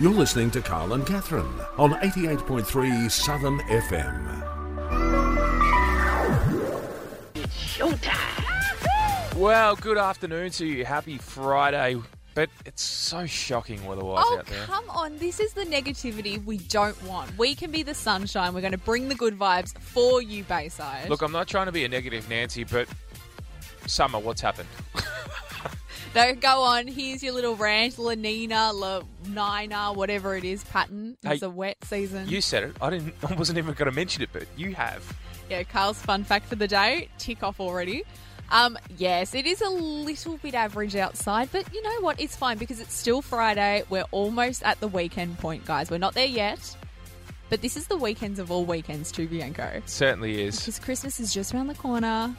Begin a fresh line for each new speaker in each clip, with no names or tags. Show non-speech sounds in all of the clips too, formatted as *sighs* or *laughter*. You're listening to Carl and Catherine on 88.3 Southern FM.
Well, good afternoon to you. Happy Friday. But it's so shocking weather-wise
Oh,
out there.
come on. This is the negativity we don't want. We can be the sunshine. We're going to bring the good vibes for you, Bayside.
Look, I'm not trying to be a negative Nancy, but summer, what's happened?
no, go on. Here's your little rant, La Nina, La Nina, whatever it is, pattern. It's
Hey,
a wet season.
You said it. I didn't. *laughs* I wasn't even going to mention it, but you have.
yeah, Carl's fun fact for the day. Tick off already. Um, yes, it is a little bit average outside, but you know what? It's fine because it's still Friday. We're almost at the weekend point, guys. We're not there yet. But this is the weekends of all weekends to Bianco.
Certainly is.
Because Christmas is just around the corner.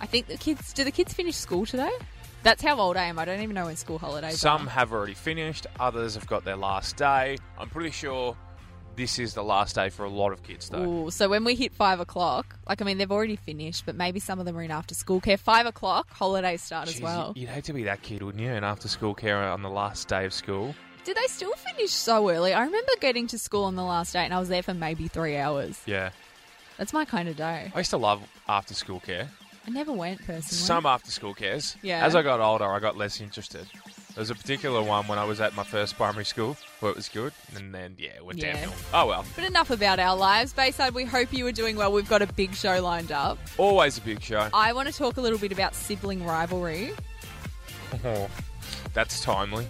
I think the kids. Do the kids finish school today? That's how old I am. I don't even know when school holidays
Some
are.
have already finished. Others have got their last day. I'm pretty sure this is the last day for a lot of kids, though.
Ooh, so when we hit five o'clock, like I mean, they've already finished, but maybe some of them are in after school care. Five o'clock, holidays start
Jeez,
as well.
You'd hate to be that kid, wouldn't you? An after-school care on the last day of school.
Did they still finish so early? I remember getting to school on the last day, and I was there for maybe three hours.
Yeah,
That's my kind of day.
I used to love after-school care.
I never went personally.
Some after school cares.
Yeah.
As I got older, I got less interested. There was a particular one when I was at my first primary school where it was good, and then yeah, it went
Yeah.
downhill. Oh well,
But enough about our lives, Bayside. We hope you are doing well. We've got a big show lined up.
always a big show.
I want to talk a little bit about sibling rivalry.
Oh, *laughs* that's timely.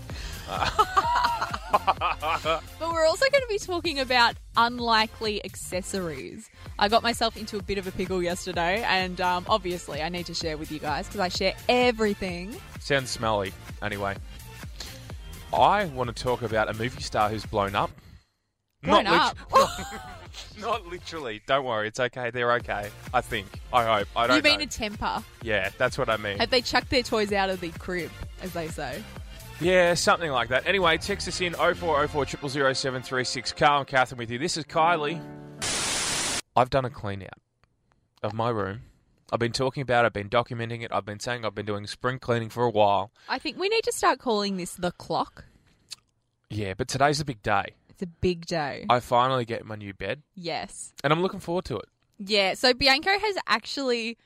But we're also going to be talking about unlikely accessories. I got myself into a bit of a pickle yesterday, and um, obviously, I need to share with you guys because I share everything.
Sounds smelly. Anyway, I want to talk about a movie star who's blown up.
Blown
lit- *laughs*
*laughs*
not literally. Don't worry, it's okay. They're okay. I think. I hope. I don't
You mean
know.
a temper?
yeah, that's what I mean.
Have they chucked their toys out of the crib, as they say?
Yeah, something like that. Anyway, text us in 0404 000 736. Carl and Catherine with you. This is Kylie. I've done a clean out of my room. I've been talking about it, I've been documenting it, I've been saying I've been doing spring cleaning for a while.
I think we need to start calling this the clock.
Yeah, but today's a big day.
It's a big day.
I finally get my new bed,
yes.
and I'm looking forward to it.
Yeah. So Bianco has actually.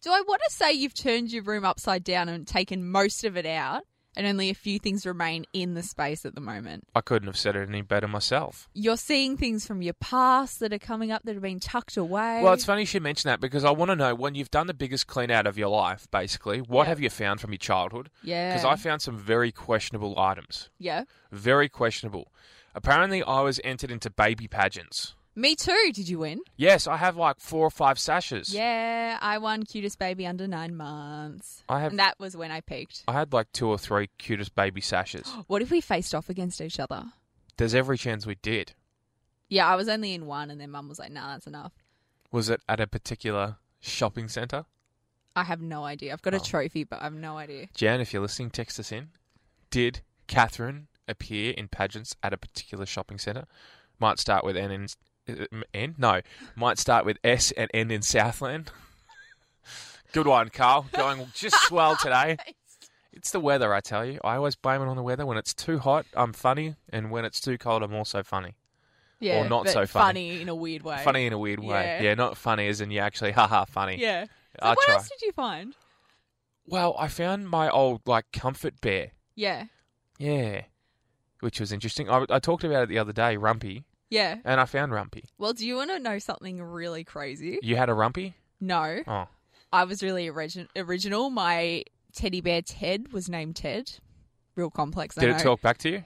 Do I want to say you've turned your room upside down and taken most of it out, and only a few things remain in the space at the moment?
I couldn't have said it any better myself.
you're seeing things from your past that are coming up that have been tucked away.
Well, it's funny you should mention that because I want to know when you've done the biggest clean out of your life, basically, what
Yeah.
have you found from your childhood?
yeah,
Because I found some very questionable items.
yeah,
very questionable. Apparently, I was entered into baby pageants.
me too. Did you win?
Yes, I have like four or five sashes.
Yeah, I won cutest baby under nine months,
I have.
and that was when I peaked.
I had like two or three cutest baby
*gasps*
sashes.
What if we faced off against each other?
There's every chance we did.
Yeah, I was only in one, and then Mum was like, "Nah, that's enough."
Was it at a particular shopping centre?
I have no idea. I've got a
Oh.
trophy, but I have no idea.
Jan, if you're listening, text us in. Did Catherine appear in pageants at a particular shopping centre? Might start with N in uh, N. No, might start with S and N in Southland. *laughs* Good one, Carl. Going just
*laughs*
swell today. It's the weather, I tell you. I always blame it on the weather. When it's too hot, I'm funny, and when it's too cold, I'm also funny.
Yeah,
not
but
so funny.
funny in a weird way.
Funny in a weird way.
Yeah.
Yeah, not funny as in you actually, haha, funny.
Yeah. So
I'll
what
try.
else did you find?
Well, I found my old like comfort bear.
Yeah,
Yeah, which was interesting. I, I talked about it the other day, Rumpy,
yeah.
and I found Rumpy.
Well, do you want to know something really crazy?
You had a Rumpy?
No. *laughs*
Oh,
I was really origi- original. My teddy bear Ted was named Ted. Real complex. I
did
know.
it talk back to you?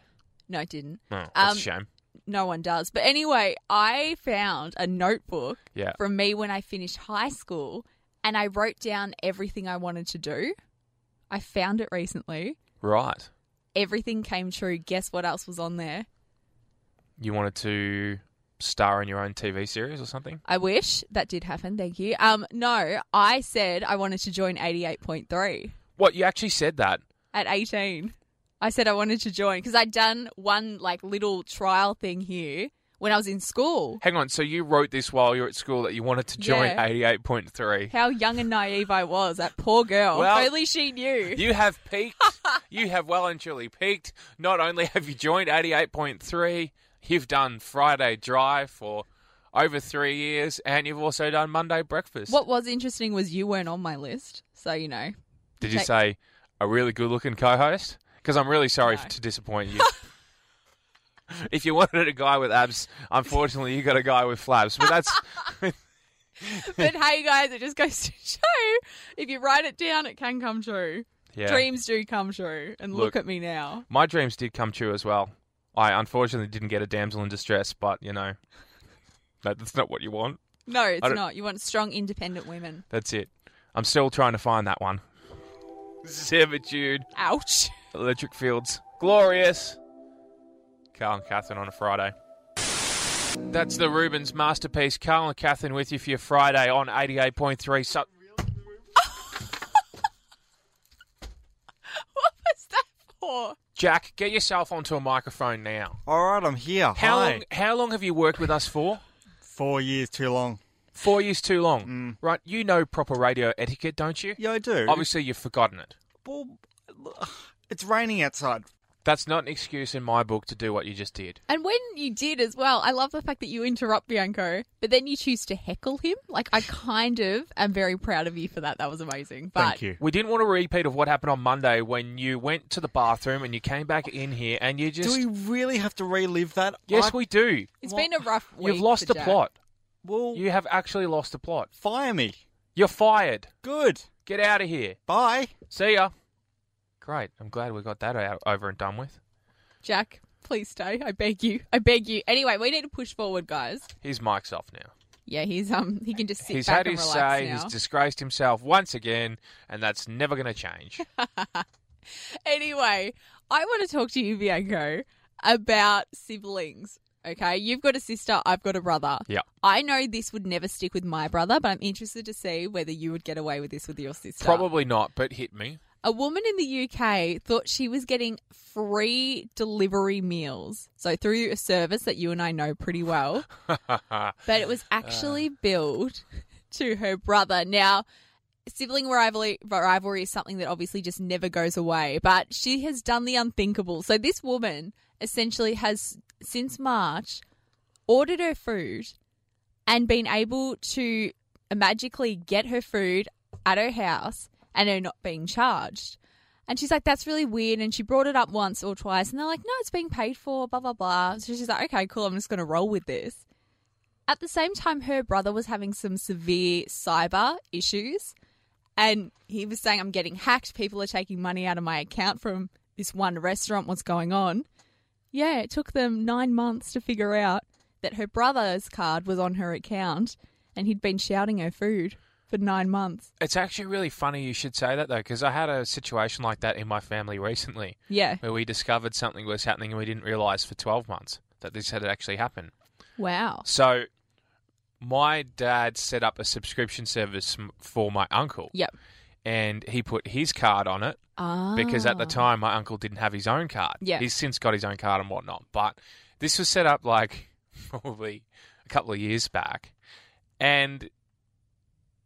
No, it didn't.
No, that's
Um,
a shame.
No one does. But anyway, I found a notebook
Yeah.
from me when I finished high school, and I wrote down everything I wanted to do. I found it recently.
Right.
Everything came true. Guess what else was on there?
You wanted to star in your own TV series or something?
I wish that did happen. Thank you. Um, no, I said I wanted to join eighty-eight point three.
What? You actually said that?
at 18. I said I wanted to join because I'd done one like little trial thing here when I was in school.
Hang on, so you wrote this while you were at school that you wanted to join
Yeah.
88.3.
How young and naive I was, that poor girl.
Well,
if only she knew.
You have peaked. you have well and truly peaked. Not only have you joined 88.3, you've done Friday Drive for over three years, and you've also done Monday Breakfast.
What was interesting was you weren't on my list, so you know.
Did you
Like-
say a really good looking co host? Because I'm really sorry
No.
to disappoint you. *laughs* if you wanted a guy with abs, unfortunately, you got a guy with flaps. But that's.
But hey, guys, it just goes to *laughs* show if you write it down, it can come true.
yeah.
Dreams do come true. And look,
Look.
at me now.
My dreams did come true as well. I unfortunately didn't get a damsel in distress, but you know, that, that's not what you want.
No, it's
don't-
not. You want strong, independent women.
That's it. I'm still trying to find that one. Servitude,
Ouch. *laughs*
Electric Fields, glorious. Carl and Catherine on a Friday. That's the Rubens masterpiece. Carl and Catherine with you for your Friday on 88.3. Su-
What was that for?
Jack, get yourself onto a microphone now.
All right, I'm here.
How
Hi.
long? How long have you worked with us for?
Four years too long.
Four years too long, right? You know proper radio etiquette, don't you?
Yeah, I do.
Obviously, you've forgotten it.
Well, it's raining outside.
That's not an excuse in my book to do what you just did.
And when you did as well, I love the fact that you interrupt Bianco, but then you choose to heckle him. Like, I kind of am very proud of you for that. That was amazing. But
Thank you.
We didn't want a repeat of what happened on Monday when you went to the bathroom and you came back in here and you just.
Do we really have to relive that?
yes,
I-
we do.
it's
Well,
been a rough week.
You've lost
for
the
Jack.
plot.
Well,
You have actually lost the plot.
fire me.
You're fired.
Good.
Get out of here.
Bye.
See ya. Great. I'm glad we got that out, over and done with.
Jack, please stay. I beg you. I beg you. Anyway, we need to push forward, guys.
His mic's off now.
Yeah, he's um he can just sit
he's
back
had
and
his
relax
say.
now.
He's disgraced himself once again, and that's never going to
*laughs*
change.
Anyway, I want to talk to you, Bianco, about siblings. Okay, you've got a sister, I've got a brother.
Yeah.
I know this would never stick with my brother, but I'm interested to see whether you would get away with this with your sister.
Probably not, but hit me.
A woman in the UK thought she was getting free delivery meals. So through a service that you and I know pretty well. but it was actually billed to her brother. Now, sibling rivalry, rivalry is something that obviously just never goes away, but she has done the unthinkable. So this woman essentially has, since March, ordered her food and been able to magically get her food at her house and her not being charged. And she's like, that's really weird. And she brought it up once or twice. And they're like, no, it's being paid for, blah, blah, blah. So she's like, okay, cool. I'm just going to roll with this. At the same time, her brother was having some severe cyber issues. And he was saying, I'm getting hacked. People are taking money out of my account from this one restaurant. What's going on? Yeah, it took them nine months to figure out that her brother's card was on her account and he'd been shouting her food for nine months.
It's actually really funny you should say that though, because I had a situation like that in my family recently,
Yeah.
where we discovered something was happening and we didn't realise for twelve months that this had actually happened.
Wow.
So, my dad set up a subscription service m- for my uncle,
Yep.
and he put his card on it
Ah.
because at the time my uncle didn't have his own card.
Yeah.
he's since got his own card and whatnot, but this was set up like *laughs* probably a couple of years back, and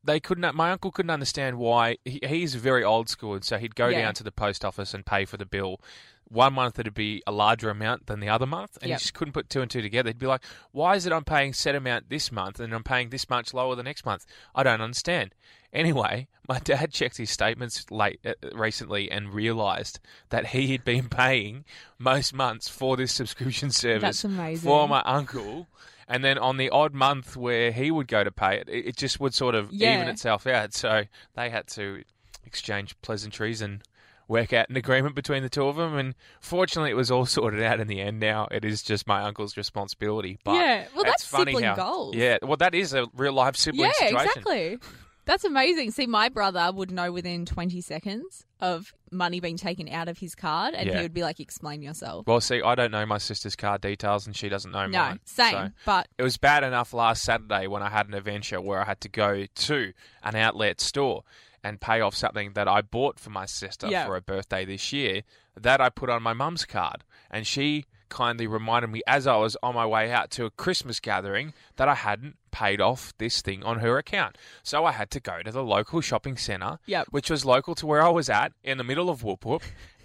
they couldn't. My uncle couldn't understand why he, he's very old school, and so he'd go
Yeah.
down to the post office and pay for the bill. One month it'd be a larger amount than the other month, and
Yep.
he just couldn't put two and two together. He'd be like, "Why is it I'm paying set amount this month and I'm paying this much lower the next month? I don't understand." Anyway, *laughs* my dad checked his statements late uh, recently and realised that he had been paying most months for this subscription service
That's amazing.
for my uncle. And then on the odd month where he would go to pay it, it it just would sort of
Yeah.
even itself out. So they had to exchange pleasantries and work out an agreement between the two of them. And fortunately, it was all *laughs* sorted out in the end. Now it is just my uncle's responsibility. But
Yeah. Well, that's
it's funny
sibling
how,
goals.
Yeah, well, that is a real life sibling
yeah,
situation.
exactly. That's amazing. See, my brother would know within 20 seconds of money being taken out of his card, and he
Yeah.
would be like, explain yourself.
Well, see, I don't know my sister's car details, and she doesn't know
no,
mine.
same.
so-
But
It was bad enough last Saturday when I had an adventure where I had to go to an outlet store and pay off something that I bought for my sister
Yeah.
for her birthday this year that I put on my mum's card. And she kindly reminded me as I was on my way out to a Christmas gathering that I hadn't paid off this thing on her account. So I had to go to the local shopping centre,
Yep.
which was local to where I was at in the middle of Whoop
*laughs*
Whoop,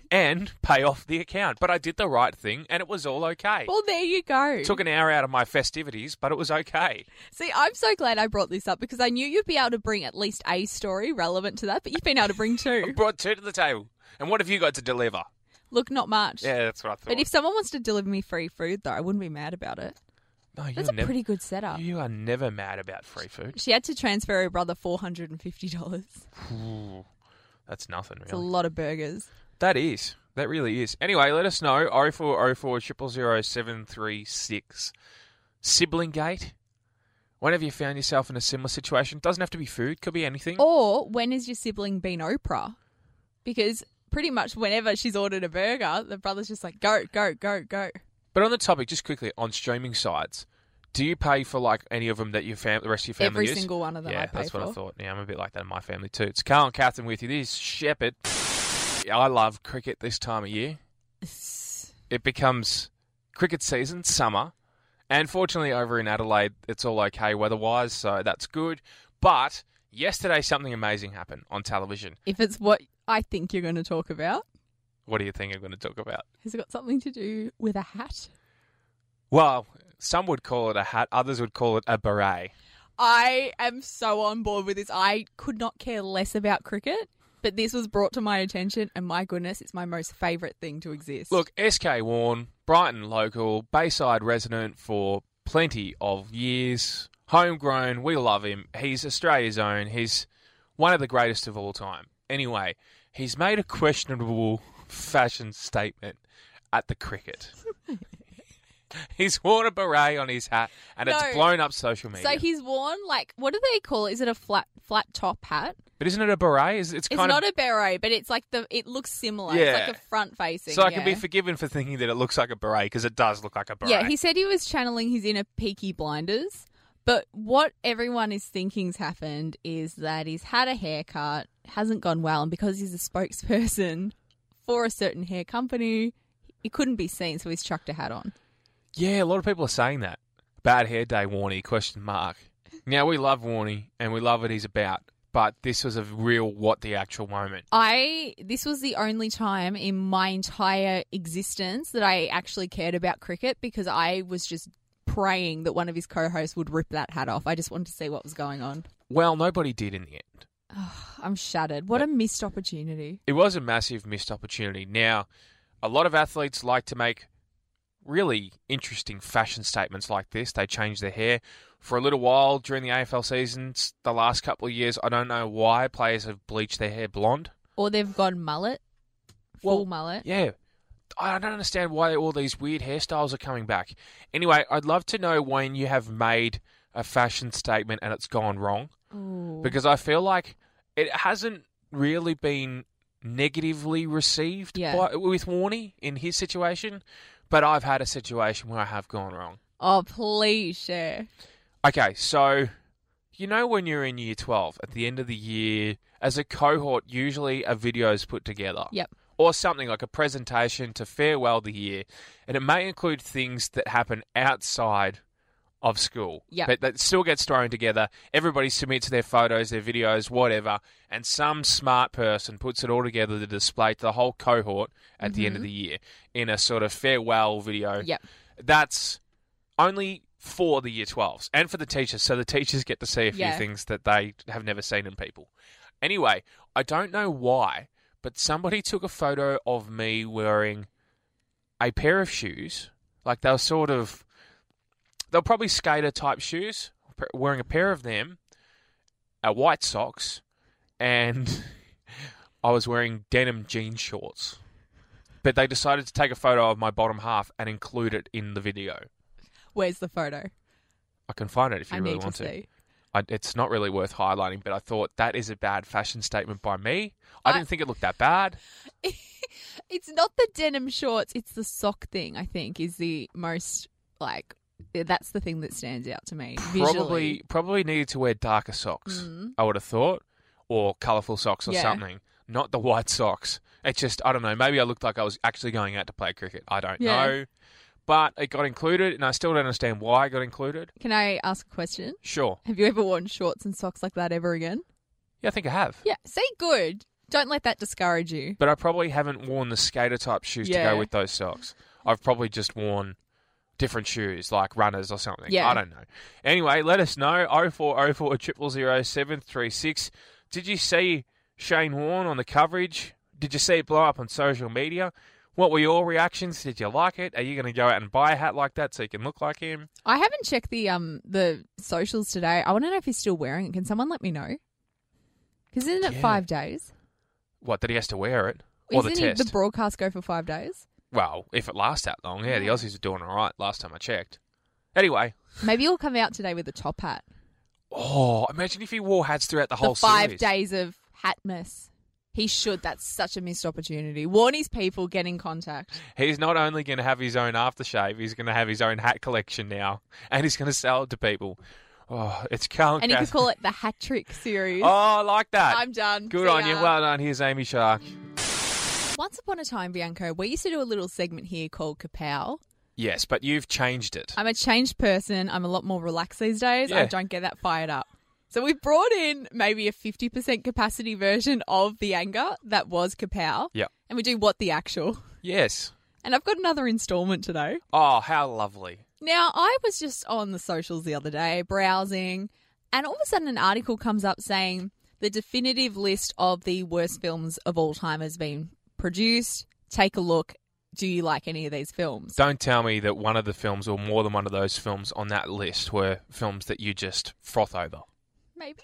and pay off the account. But I did the right thing and it was all okay.
Well, there you go.
Took an hour out of my festivities, but it was okay.
See, I'm so glad I brought this up because I knew you'd be able to bring at least a story relevant to that, but you've been able to
*laughs*
bring two.
Brought two to the table. And what have you got to deliver?
Look, not much.
Yeah, that's what I thought.
But if someone wants to deliver me free food, though, I wouldn't be mad about it.
no, you're
That's a
never,
pretty good setup.
You are never mad about *laughs* free food.
She had to transfer her brother $450.
Ooh, that's nothing,
It's a
really.
lot of burgers.
That is. That really is. Anyway, let us know. 0404 000 736. Sibling Gate. Whenever you found yourself in a similar situation, doesn't have to be food, could be anything.
Or when has your sibling been Oprah? Because pretty much whenever she's ordered a burger, the brother's just like, go, go, go, go.
But on the topic, just quickly, on streaming sites, do you pay for like any of them that your fam- the rest of your family
Every
use?
single one of them
yeah,
I pay
that's
for.
what I thought. Yeah, I'm a bit like that in my family too. It's Carl and Catherine with you. This is Shepherd. I love cricket this time of year. It becomes cricket season, summer, and fortunately over in Adelaide, it's all okay weather-wise, so that's good. But yesterday, something amazing happened on television.
If it's what I think you're going to talk about,
What do you think I'm going to talk about?
has it got something to do with a hat?
Well, some would call it a hat, others would call it a beret.
I am so on board with this. I could not care less about cricket, but this was brought to my attention, and my goodness, it's my most favourite thing to exist.
Look, SK Warren, Brighton local, Bayside resident for plenty of years, homegrown. We love him. He's Australia's own. He's one of the greatest of all time. Anyway, he's made a questionable fashion statement at the cricket. *laughs* he's worn a beret on his hat, and
No.
it's blown up social media.
so he's worn like what do they call? it? Is it a flat flat top hat?
but isn't it a beret? It's, it's
It's
kind
not
of.
a beret, but it's like the it looks similar.
Yeah.
It's like a front facing.
so I
yeah.
can be forgiven for thinking that it looks like a beret because it does look like a beret.
Yeah, he said he was channeling his inner Peaky Blinders, but what everyone is thinking's happened is that he's had a haircut, hasn't gone well, and because he's a spokesperson for a certain hair company, he couldn't be seen, so he's chucked a hat on.
Yeah, a lot of people are saying that. Bad hair day, Warney? Question mark. Now we love Warney and we love what he's about, but this was a real what the actual moment.
I this was the only time in my entire existence that I actually cared about cricket because I was just praying that one of his co-hosts would rip that hat off. I just wanted to see what was going on.
Well, nobody did in the end.
I'm shattered. What a missed opportunity.
It was a massive missed opportunity. Now, a lot of athletes like to make really interesting fashion statements like this. They change their hair for a little while during the AFL seasons. The last couple of years, I don't know why players have bleached their hair blonde.
Or they've gone mullet, full
Well,
mullet.
Yeah. I don't understand why all these weird hairstyles are coming back. Anyway, I'd love to know when you have made a fashion statement and it's gone wrong because I feel like it hasn't really been negatively received
Yeah.
by, with Warney in his situation, but I've had a situation where I have gone wrong.
Oh, please share.
Okay, so you know when you're in year 12 at the end of the year as a cohort usually a video is put together
Yep.
or something like a presentation to farewell the year, and it may include things that happen outside of school.
Yeah.
But that still gets thrown together. Everybody submits their photos, their videos, whatever, and some smart person puts it all together to display to the whole cohort at the end of the year in a sort of farewell video.
Mm-hmm. Yep.
That's only for the year 12s and for the teachers. So the teachers get to see a few
Yeah.
things that they have never seen in people. Anyway, I don't know why, but somebody *laughs* took a photo of me wearing a pair of shoes. Like they were sort of, they're probably skater type shoes, p- wearing a pair of them, uh, white socks, and *laughs* I was wearing denim jean shorts. But they decided to take a photo of my bottom half and include it in the video.
Where's the photo?
I can find it if you
I
really
need
want
to see. *laughs*
I, it's not really worth highlighting, but I thought that is a bad fashion statement by me. I,
I-
didn't think it looked that bad.
It's not the denim shorts, it's the sock thing, I think, is the most, like, that's the thing that stands out to me.
Probably, probably needed to wear darker socks. I would have thought, or colourful socks or
Mm-hmm. Yeah.
something. Not the white socks. It's just I don't know. Maybe I looked like I was actually going out to play cricket. I don't
Yeah.
know. but it got included, and I still don't understand why it got included.
Can I ask a question?
Sure.
Have you ever worn shorts and socks like that ever again?
Yeah, I think I have.
Yeah, say good. Don't let that discourage you.
But I probably haven't worn the skater type shoes to
Yeah.
go with those socks. I've probably just worn different shoes, like runners or something.
Yeah.
I don't know. Anyway, let us know. 0404 000 736. Did you see Shane Warne on the coverage? Did you see it blow up on social media? What were your reactions? Did you like it? Are you going to go out and buy a hat like that so you can look like him?
I haven't checked the um the socials today. I want to know if he's still wearing it. Can someone let me know? Because isn't it
Yeah.
five days?
What, that he has to wear it? Or
isn't
the
it
test?
the broadcast go for five days?
well, if it lasts that long, yeah, the Aussies are doing all right last time I checked. Anyway,
Maybe he'll come out today with a top hat.
Oh, imagine if he wore hats throughout the whole
the five
series.
days of hatmas. He should. That's such a missed opportunity. Warn his people. Get in contact.
He's not only going to have his own aftershave, he's going to have his own hat collection now, and he's going to sell it to people. Oh, it's Carl
And
*laughs*
he could call it the hat trick series.
Oh, I like that.
I'm done.
Good
See
on you.
ya.
Well done. Here's Amy Shark.
Once upon a time, Bianco, we used to do a little segment here called Kapow.
Yes, but you've changed it.
I'm a changed person. I'm a lot more relaxed these days.
Yeah.
I don't get that fired up. So we brought in maybe a 50% capacity version of the anger that was Kapow.
Yeah.
And we do what the actual.
Yes.
And I've got another installment today.
Oh, how lovely.
Now, I was just on the socials the other day browsing, and all of a sudden an article comes up saying the definitive list of the worst films of all time has been produced. Take a look. Do you like any of these films?
Don't tell me that one of the films, or more than one of those films on that list, were films that you just froth over. *gasps*
Maybe.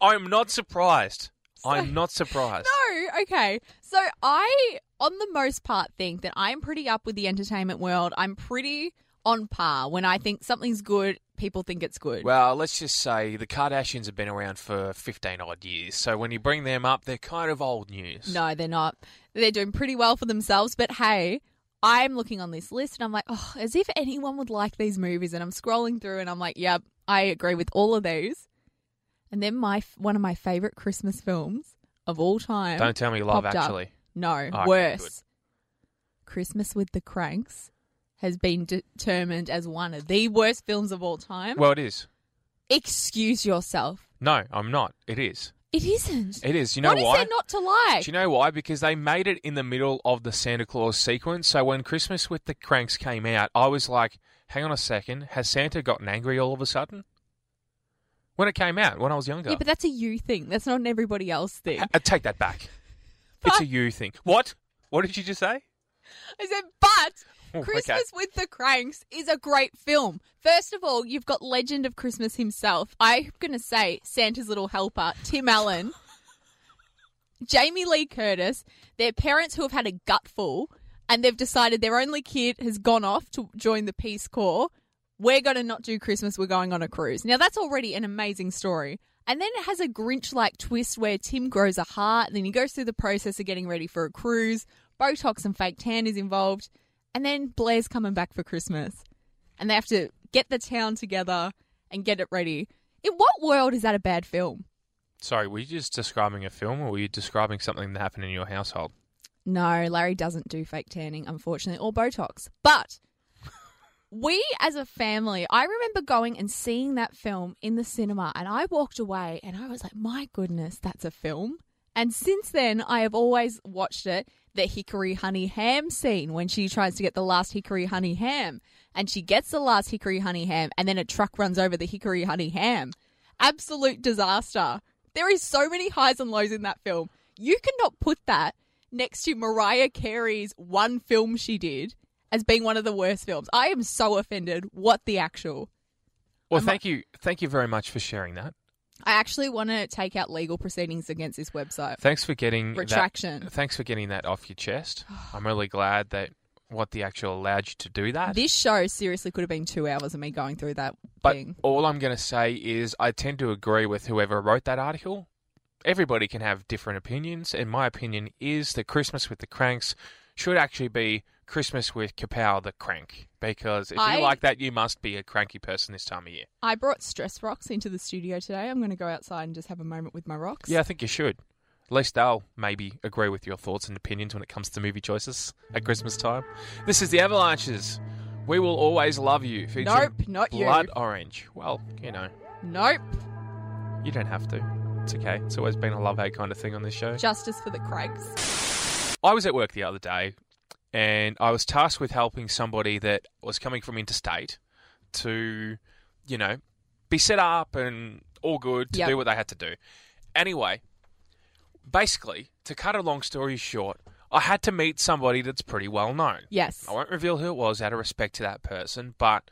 I'm not surprised.
*laughs*
I'm not surprised.
No, okay. So I, on the most part, think that I'm pretty up with the entertainment world. I'm pretty on par. When I think something's good, people think it's good.
Well, let's just say the Kardashians have been around for 15 odd years, so when you bring them up, they're kind of old news.
no, they're not. They're doing pretty well for themselves. But hey, I'm looking on this list and I'm like, oh, as if anyone would like these movies. And I'm scrolling through and I'm like, yep, I agree with all of these. And then my one of my favorite Christmas films of all time.
Don't tell me Love
popped up.
Actually.
No,
okay,
worse.
good.
Christmas with the Cranks has been determined as one of the worst films of all time.
Well, it is.
Excuse yourself.
No, I'm not. It is.
It isn't.
It is. You know
What is
why?
there not to like?
Do you know why? Because they made it in the middle of the Santa Claus sequence, so when Christmas with the Cranks came out, I was like, hang on a second, has Santa gotten angry all of a sudden? When it came out, when I was younger.
yeah, but that's a you thing. That's not an everybody else
*laughs*
thing.
I take that back. it's a you thing. What? What did you just say?
I said, but
Oh, okay.
Christmas with the Cranks is a great film. First of all, you've got Legend of Christmas himself. I'm going to say Santa's Little Helper,
*laughs*
Tim Allen, Jamie Lee Curtis, their parents who have had a gutful and they've decided their only kid has gone off to join the Peace Corps. We're going to not do Christmas, we're going on a cruise. Now, that's already an amazing story. And then it has a Grinch like twist where Tim grows a heart, then he goes through the process of getting ready for a cruise. Botox and fake tan is involved. And then Blair's coming back for Christmas. And they have to get the town together and get it ready. In what world is that a bad film?
Sorry, were you just describing a film or were you describing something that happened in your household?
No, Larry doesn't do fake tanning, unfortunately, or Botox. But we as a family, I remember going and seeing that film in the cinema, and I walked away and I was like, my goodness, that's a film. And since then, I have always watched it. The Hickory Honey Ham scene when she tries to get the last Hickory Honey Ham, and she gets the last Hickory Honey Ham, and then a truck runs over the Hickory Honey Ham. Absolute disaster. There is so many highs and lows in that film. You cannot put that next to Mariah Carey's one film she did as being one of the worst films. I am so offended. What the actual?
Well, thank you, thank you very much for sharing that.
I actually want to take out legal proceedings against this website.
Thanks for getting that-
Uh, Retraction.
thanks for getting that off your
*sighs*
chest. I'm really glad that what the actual allowed you to do that.
This show seriously could have been two hours of me going through that
but
thing.
all I'm going to say is I tend to agree with whoever wrote that article. Everybody can have different opinions, and my opinion is that Christmas with the Cranks should actually be Christmas with Kapow the Crank because if
I-
you like that, you must be a cranky person this time of year.
I brought stress rocks into the studio today. I'm going to go outside and just have a moment with my rocks.
Yeah, I think you should. At least they'll maybe agree with your thoughts and opinions when it comes to movie choices at Christmas time. This is The Avalanches. We will always love you. featuring
Nope, not you.
Blood Orange. Well, you know,
Nope.
you don't have to. It's okay. It's always been a love hate kind of thing on this show.
Justice for the Craigs.
I was at work the other day and I was tasked with helping somebody that was coming from interstate to, you know, be set up and all good to
Yep.
do what they had to do. Anyway, basically, to cut a long story short, I had to meet somebody that's pretty well known.
Yes.
I won't reveal who it was out of respect to that person, but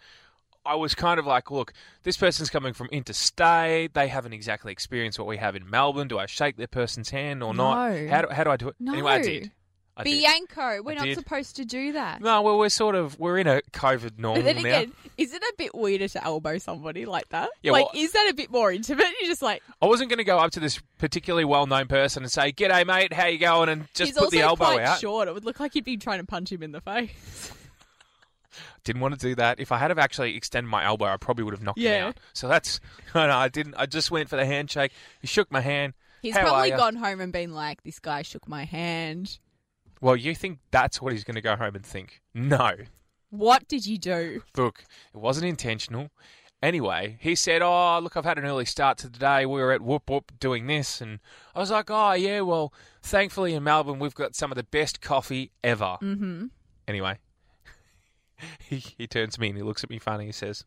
I was kind of like, look, this person's coming from interstate. They haven't exactly experienced what we have in Melbourne. Do I shake their person's hand or
No.
not? How do, how do I do it?
No.
Anyway, I did. I did.
Bianco, we're
I
not
did.
supposed to do that.
No, well, we're sort of we're in a COVID normal
But then
now.
again, is it a bit weirder to elbow somebody like that?
Yeah,
like,
well-
is that a bit more intimate? *laughs* You're just like,
I wasn't going to go up to this particularly well-known person and say, "G'day, mate. How you going?" and just
he's
put
also
the elbow
quite
out.
short. It would look like he'd be trying to punch him in
*laughs*
the face.
Didn't want to do that. If I had have actually extended my elbow, I probably would have knocked
Yeah.
him out. So that's *laughs* no, no, I didn't. I just went for the handshake. He shook my hand.
He's
"How are
probably
ya?"
gone home and been like, this guy shook my hand.
Well, you think that's what he's going to go home and think? No.
What did you do?
Look, it wasn't intentional. Anyway, he said, Oh, look, I've had an early start to the day. We were at Whoop Whoop doing this. And I was like, Oh, yeah, well, thankfully in Melbourne, we've got some of the best coffee ever. Mm-hmm. Anyway, *laughs* he, he turns to me and he looks at me funny. He says,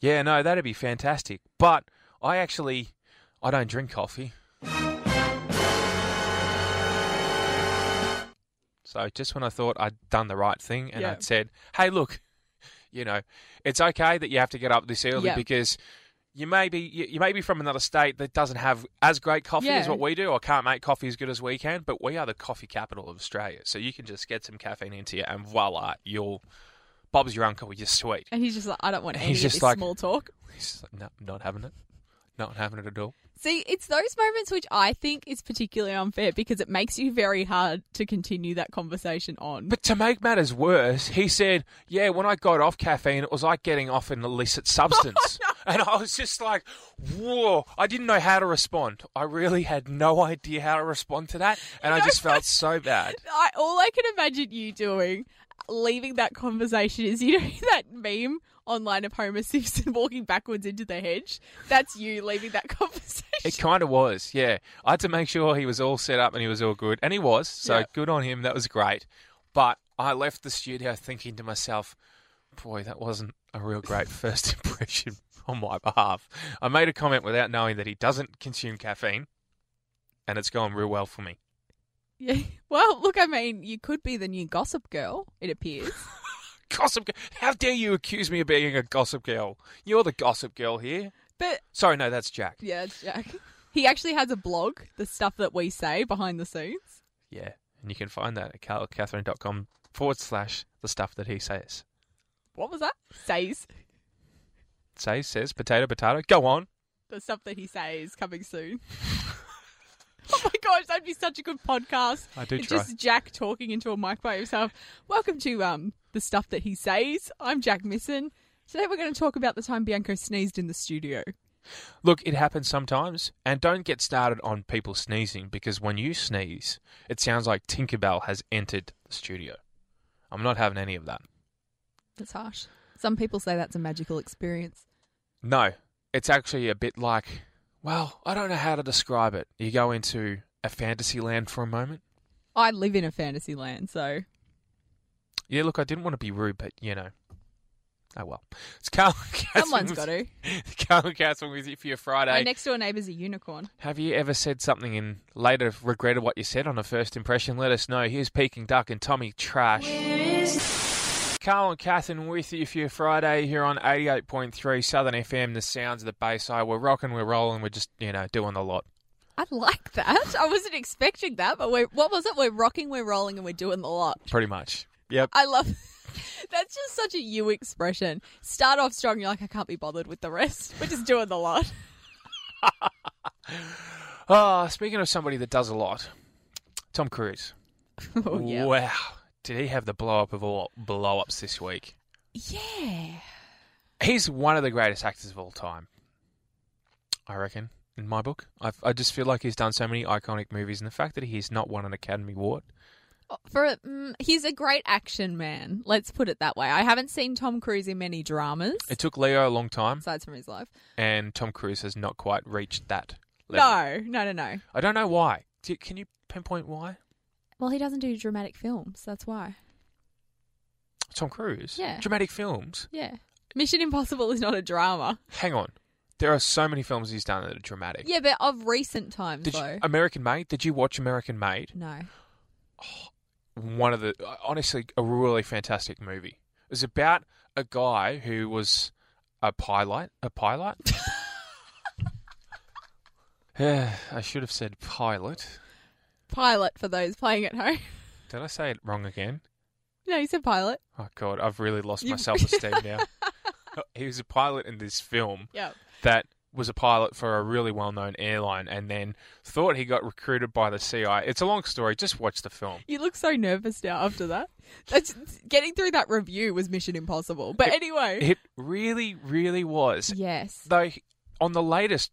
Yeah, no, that'd be fantastic. But I actually, I don't drink coffee. So just when I thought I'd done the right thing and
Yeah.
I'd said, Hey, look, you know, it's okay that you have to get up this early
Yeah.
because you may be you, you may be from another state that doesn't have as great coffee as
Yeah.
what we do, or can't make coffee as good as we can. But we are the coffee capital of Australia, so you can just get some caffeine into you, and voila, you're Bob's your uncle. You're
*laughs*
sweet.
And he's just like, I don't want
He's
any of
just
this
like-
small talk.
He's just like, no, not having it, not having it at all.
See, it's those moments which I think is particularly unfair because it makes you very hard to continue that conversation on.
But to make matters worse, he said, "Yeah, when I got off caffeine, it was like getting off an illicit substance." And I was just like, "Whoa!" I didn't know how to respond. I really had no *laughs* idea how to respond to that, and I just felt so bad.
I, all I can imagine you doing, leaving that conversation, is you know *laughs* that meme online of Homer Simpson *laughs* walking backwards into the hedge. That's you leaving that *laughs* conversation.
It kind of was, yeah. I had to make sure he was all set up and he was all good, and he was. So
Yeah.
good on him. That was great. But I left the studio thinking to myself, boy, that wasn't a real
*laughs*
great first impression on my behalf. I made a comment without knowing that he doesn't consume caffeine, and it's gone real well for me.
yeah. Well, look, I mean, you could be the new Gossip Girl.
*laughs*
It appears.
Gossip girl, how dare you accuse me of being a gossip girl? You're the gossip girl here.
But
Sorry, no, that's Jack.
yeah, it's Jack. He actually has a blog, the stuff that we say behind the scenes.
Yeah, and you can find that at carlcatherine.com forward slash the stuff that he says.
What was that? Says
Say says potato potato. Go on.
the stuff that he says coming soon. *laughs* oh my gosh, that'd be such a good podcast.
I do
It's
try.
Just Jack talking into a mic by himself. Welcome to um the stuff that he says. I'm Jack Misson. Today we're going to talk about the time Bianco sneezed in the studio.
Look, it happens sometimes, and don't get started on people sneezing because when you sneeze, it sounds like Tinkerbell has entered the studio. I'm not having any of that.
That's harsh. Some people say that's a magical experience.
No, it's actually a bit like, well, I don't know how to describe it. You go into a fantasy land for a moment.
I live in a fantasy land, so
Yeah, look, I didn't want to be rude, but you know. Oh well. It's Carl *laughs* and
someone's got to.
*laughs* Carl and Catherine with you for your Friday.
My next door neighbour's a unicorn.
Have you ever said something and later regretted what you said on a first impression? Let us know. Here's Peking Duck and Tommy Trash. Carl and Catherine with you for your Friday here on 88.3 Southern FM, the sounds of the Bayside. We're rocking, we're rolling, we're just, you know, doing the lot.
I like that. I wasn't expecting that, but we're what was it? We're rocking, we're rolling, and we're doing the lot.
Pretty much. Yep.
I love. *laughs* That's just such a you expression. Start off strong, you're like, I can't be bothered with the rest. We're just doing the lot. *laughs*
Ah, speaking of somebody that does a lot, Tom Cruise.
Oh, yeah.
Wow. Did he have the blow up of all blow ups this week?
Yeah.
He's one of the greatest actors of all time. I reckon. in my book. I've, I just feel like he's done so many iconic movies, and the fact that he's not won an Academy Award.
For mm, he's a great action man. Let's put it that way. I haven't seen Tom Cruise in many dramas
It took Leo a long time,
aside from his life.
and Tom Cruise has not quite reached that level.
No, no, no, no.
I don't know why. Do, can you pinpoint why?
Well, he doesn't do dramatic films. That's why.
Tom Cruise?
Yeah.
Dramatic films?
Yeah. Mission Impossible is not a drama.
Hang on. There are so many films he's done that are dramatic.
Yeah, but of recent times
Did
though.
you, American Made? Did you watch American Made?
no.
One of the honestly a really fantastic movie. It was about a guy who was a pilot. A pilot. *sighs* Yeah, I should have said pilot.
Pilot for those playing at home. *laughs*
Did I say it wrong again?
no, you said pilot.
Oh god, I've really lost
You-
my self esteem now. he was a pilot in this film
Yep.
that was a pilot for a really well known airline and then thought he got recruited by the CI. It's a long story, just watch the film.
You look so nervous now after that. That's getting through that review was Mission Impossible. But anyway.
It really, really was.
yes.
Though he- on the latest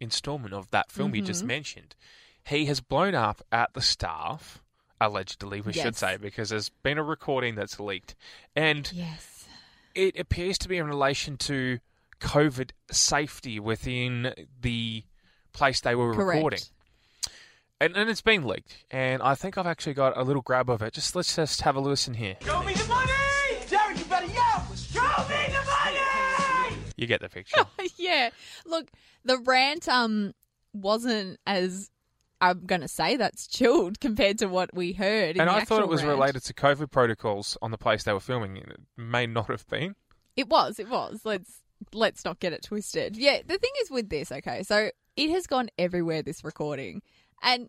installment of that film you
Mm-hmm.
just mentioned, he has blown up at the staff, allegedly we should
Yes.
say, because there's been a recording that's leaked. And
Yes.
it appears to be in relation to COVID safety within the place they were
Correct.
recording. And, and it's been leaked. And I think I've actually got a little grab of it. Just let's just have a listen here.
Show me the money! Derek, you better yell! Show me the money!
You get the
Oh.
picture.
*laughs* yeah. Look, the rant um wasn't as I'm gonna say that's chilled compared to what we heard. in
and
the
I thought it
actual
was
rant.
related to COVID protocols on the place they were filming. It may not have been.
It was, it was. Let's let's not get it twisted. Yeah, the thing is with this, okay, so it has gone everywhere this recording. And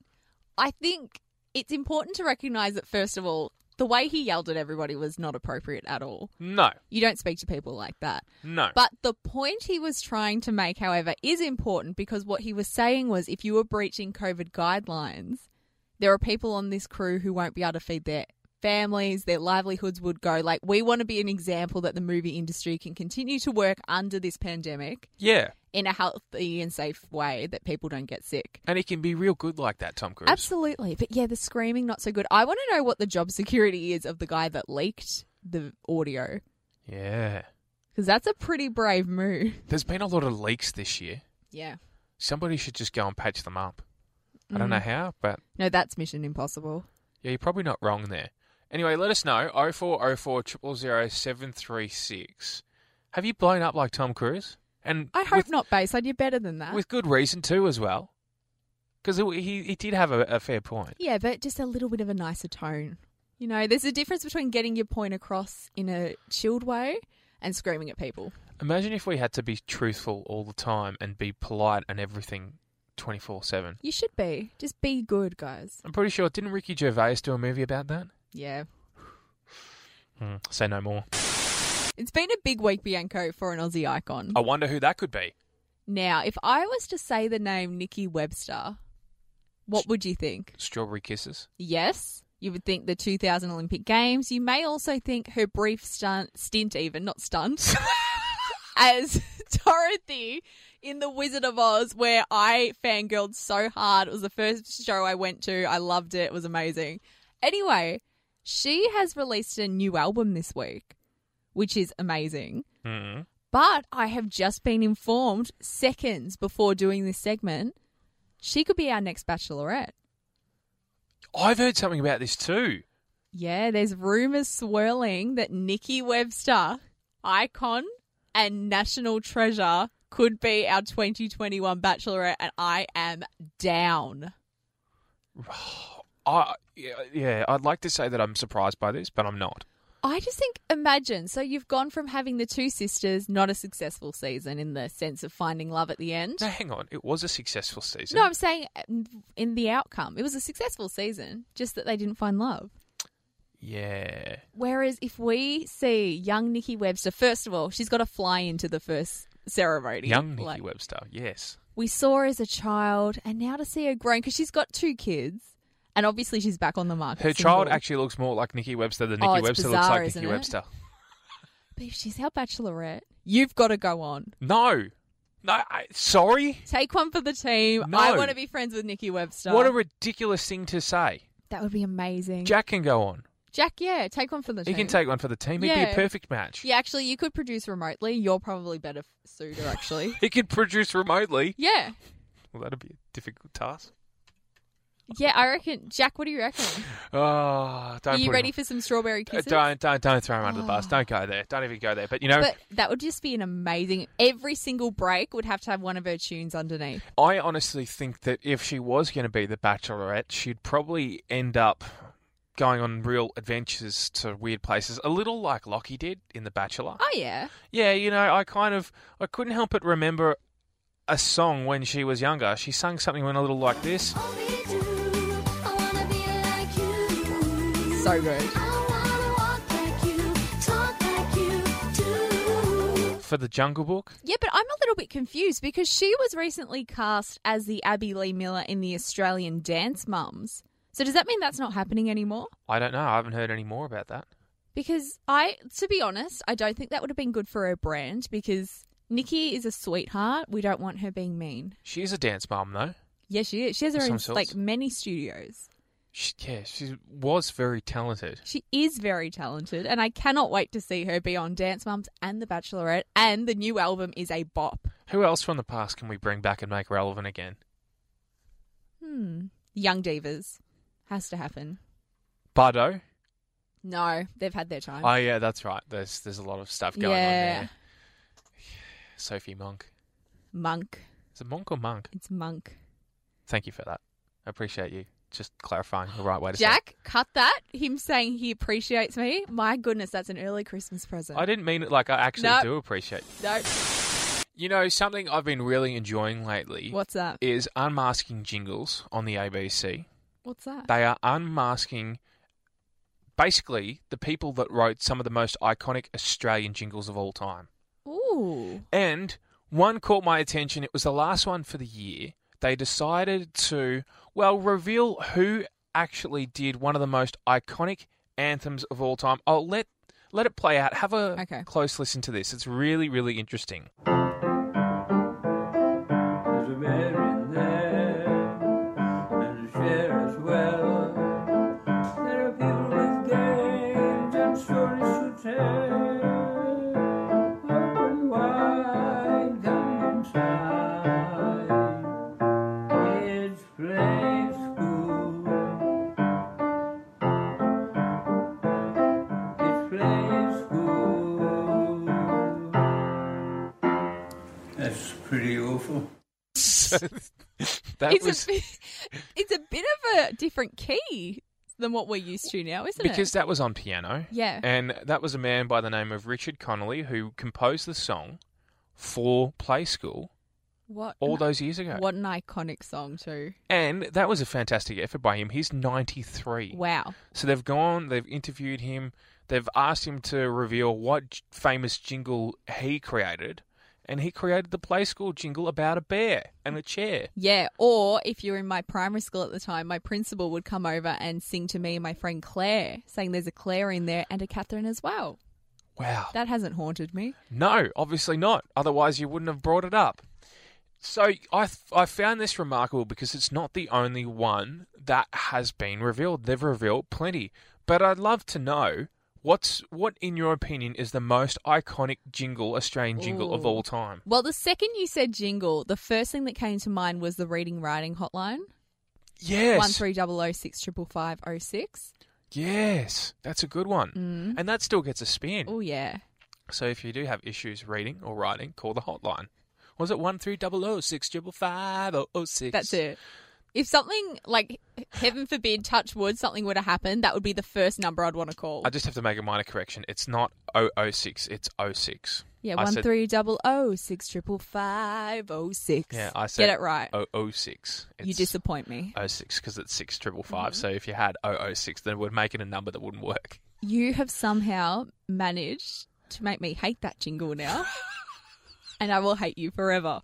I think it's important to recognise that first of all, the way he yelled at everybody was not appropriate at all.
No,
You don't speak to people like that.
no.
But the point he was trying to make, however, is important because what he was saying was if you were breaching COVID guidelines, there are people on this crew who won't be able to feed their families, their livelihoods would go. Like, we want to be an example that the movie industry can continue to work under this pandemic
yeah.
in a healthy and safe way that people don't get sick.
And he can be real good like that, Tom Cruise.
Absolutely. But yeah, the screaming, not so good. I want to know what the job security is of the guy that leaked the audio
Yeah.
because that's a pretty brave move.
There's been a lot of leaks this year.
Yeah.
Somebody should just go and patch them up. I don't know how, but
Mm. No, that's Mission Impossible.
Yeah, you're probably not wrong there. Anyway, let us know 0404 000 736. Have you blown up like Tom Cruise? And
I hope not, Bass. I'd you better than that.
with good reason too, as well, because he he did have a, a fair point.
yeah, but just a little bit of a nicer tone. You know, there's a difference between getting your point across in a chilled way and screaming at people.
Imagine if we had to be truthful all the time and be polite and everything, twenty four seven.
You should be. Just be good, guys.
I'm pretty sure didn't Ricky Gervais do a movie about that?
Yeah.
Hmm, say no more.
It's been a big week, Bianco, for an Aussie icon.
I wonder who that could be.
Now, if I was to say the name Nikki Webster, what would you think?
Strawberry Kisses.
Yes, you would think the 2000 Olympic Games. You may also think her brief stunt, stint, even not stunt, *laughs* as *laughs* Dorothy in The Wizard of Oz, where I fangirled so hard. It was the first show I went to. I loved it. It was amazing. Anyway, she has released a new album this week, which is amazing.
Mm-hmm.
But I have just been informed seconds before doing this segment, she could be our next bachelorette.
I've heard something about this too.
Yeah, there's rumors swirling that Nikki Webster, icon and national treasure, could be our 2021 Bachelorette, and I am down.
I yeah, yeah, I'd like to say that I'm surprised by this, but I'm not.
I just think, imagine. So you've gone from having the two sisters, not a successful season in the sense of finding love at the end.
No, hang on. It was a successful season.
No, I'm saying uh, in the outcome. It was a successful season, just that they didn't find love.
Yeah.
Whereas if we see young Nikki Webster, first of all, she's got to fly into the first ceremony.
Young Nikki
Like-
Webster. Yes.
we saw her as a child and now to see her grown because she's got two kids and obviously she's back on the market.
Her child
single.
actually looks more like Nikki Webster than
Oh,
Nikki
it's
Webster looks
bizarre,
like
isn't
Nikki
it?
Webster.
But if she's our bachelorette, you've got to go on.
No. No, I, sorry.
Take one for the team.
No.
I want to be friends with Nikki Webster.
What a ridiculous thing to say.
that would be amazing.
Jack can go on.
Jack, yeah, take one for the
He
team.
can take one for the team. He'd be
Yeah.
a perfect match.
Yeah, actually, you could produce remotely. You're probably better f- suited, actually. *laughs*
He could produce remotely.
yeah,
Well, that'd be a difficult task.
yeah. I reckon, Jack. What do you reckon?
Oh, don't
Are you
put
ready
him,
for some strawberry
Uh,
kisses?
don't don't don't throw him under the bus. Don't go there. Don't even go there. But you know,
But that would just be an amazing. Every single break would have to have one of her tunes underneath.
I honestly think that if she was going to be the Bachelorette, she'd probably end up going on real adventures to weird places, a little like Lockie did in The Bachelor.
Oh yeah,
Yeah, you know, I kind of I couldn't help but remember a song when she was younger. She sung something went a little like this.
so good.
for the Jungle Book.
Yeah, but I'm a little bit confused because she was recently cast as the Abby Lee Miller in the Australian Dance Mums. So does that mean that's not happening anymore?
I don't know. I haven't heard any more about that.
Because I, to be honest, I don't think that would have been good for her brand because Nikki is a sweetheart. We don't want her being mean.
She is a dance mom, though.
Yes, she is. She has her
Some
own,
sorts.
like many studios.
She, yeah, she was very talented.
She is very talented, and I cannot wait to see her be on Dance Mums and The Bachelorette. And the new album is a bop.
Who else from the past can we bring back and make relevant again?
Hmm. Young divas has to happen.
Bardo.
No, they've had their time.
Oh yeah, that's right. There's there's a lot of stuff going
Yeah.
on there. Sophie Monk.
Monk.
Is it Monk or Monk?
It's Monk.
Thank you for that. I appreciate you just clarifying the right way to say.
Jack, cut that. Him saying he appreciates me. My goodness, that's an early Christmas
it.
present.
I didn't mean it like I actually
Nope.
do appreciate.
No.
You know something I've been really enjoying lately
What's that?
is unmasking jingles on the ABC.
What's that?
They are unmasking basically the people that wrote some of the most iconic Australian jingles of all time.
Ooh.
And one caught my attention. It was the last one for the year. They decided to, well, reveal who actually did one of the most iconic anthems of all time. I'll let let it play out. Have a
Okay.
close listen to this. It's really, really interesting. *laughs*
There's a man in there, and a chair as well. There are people with games and stories to tell. Open wide, come inside. It's play school. It's play school. That's pretty awful.
That
it's,
was
a bit, *laughs* it's a bit of a different key than what we're used to now, isn't
because
it?
that was on piano.
Yeah.
And that was a man by the name of Richard Connolly who composed the song for Play School
What
all
an-
those years ago.
What an iconic song too.
And that was a fantastic effort by him. He's 93.
Wow.
So they've gone, they've interviewed him, they've asked him to reveal what j- famous jingle he created. And he created the Play School jingle about a bear and a chair.
Yeah, or if you were in my primary school at the time, my principal would come over and sing to me and my friend Claire, saying there's a Claire in there and a Catherine as well.
Wow.
That hasn't haunted me.
No, obviously not. Otherwise, you wouldn't have brought it up. So I th- I found this remarkable because it's not the only one that has been revealed. They've revealed plenty, but I'd love to know what's what in your opinion is the most iconic jingle, Australian jingle of
Ooh.
all time.
Well, the second you said jingle, the first thing that came to mind was the reading writing hotline.
Yes,
One three double oh six triple five oh six.
yes, that's a good one,
Mm.
and that still gets a spin.
Oh yeah.
So if you do have issues reading or writing, call the hotline. Was it one three double oh six triple five oh oh six?
That's it. If something like heaven forbid, touch wood, something were to happen, that would be the first number I'd want to call.
I just have to make a minor correction. It's not 006, it's 06.
yeah,
I
one
said
three double oh six triple five oh six.
Yeah, I said
get it right.
006. It's
you Mm-hmm. disappoint me.
06 because it's 6555. So if you had 006, then it would make it a number that wouldn't work. *laughs*
You have somehow managed to make me hate that jingle
*laughs*
now, and I will hate
*sighs*
you forever.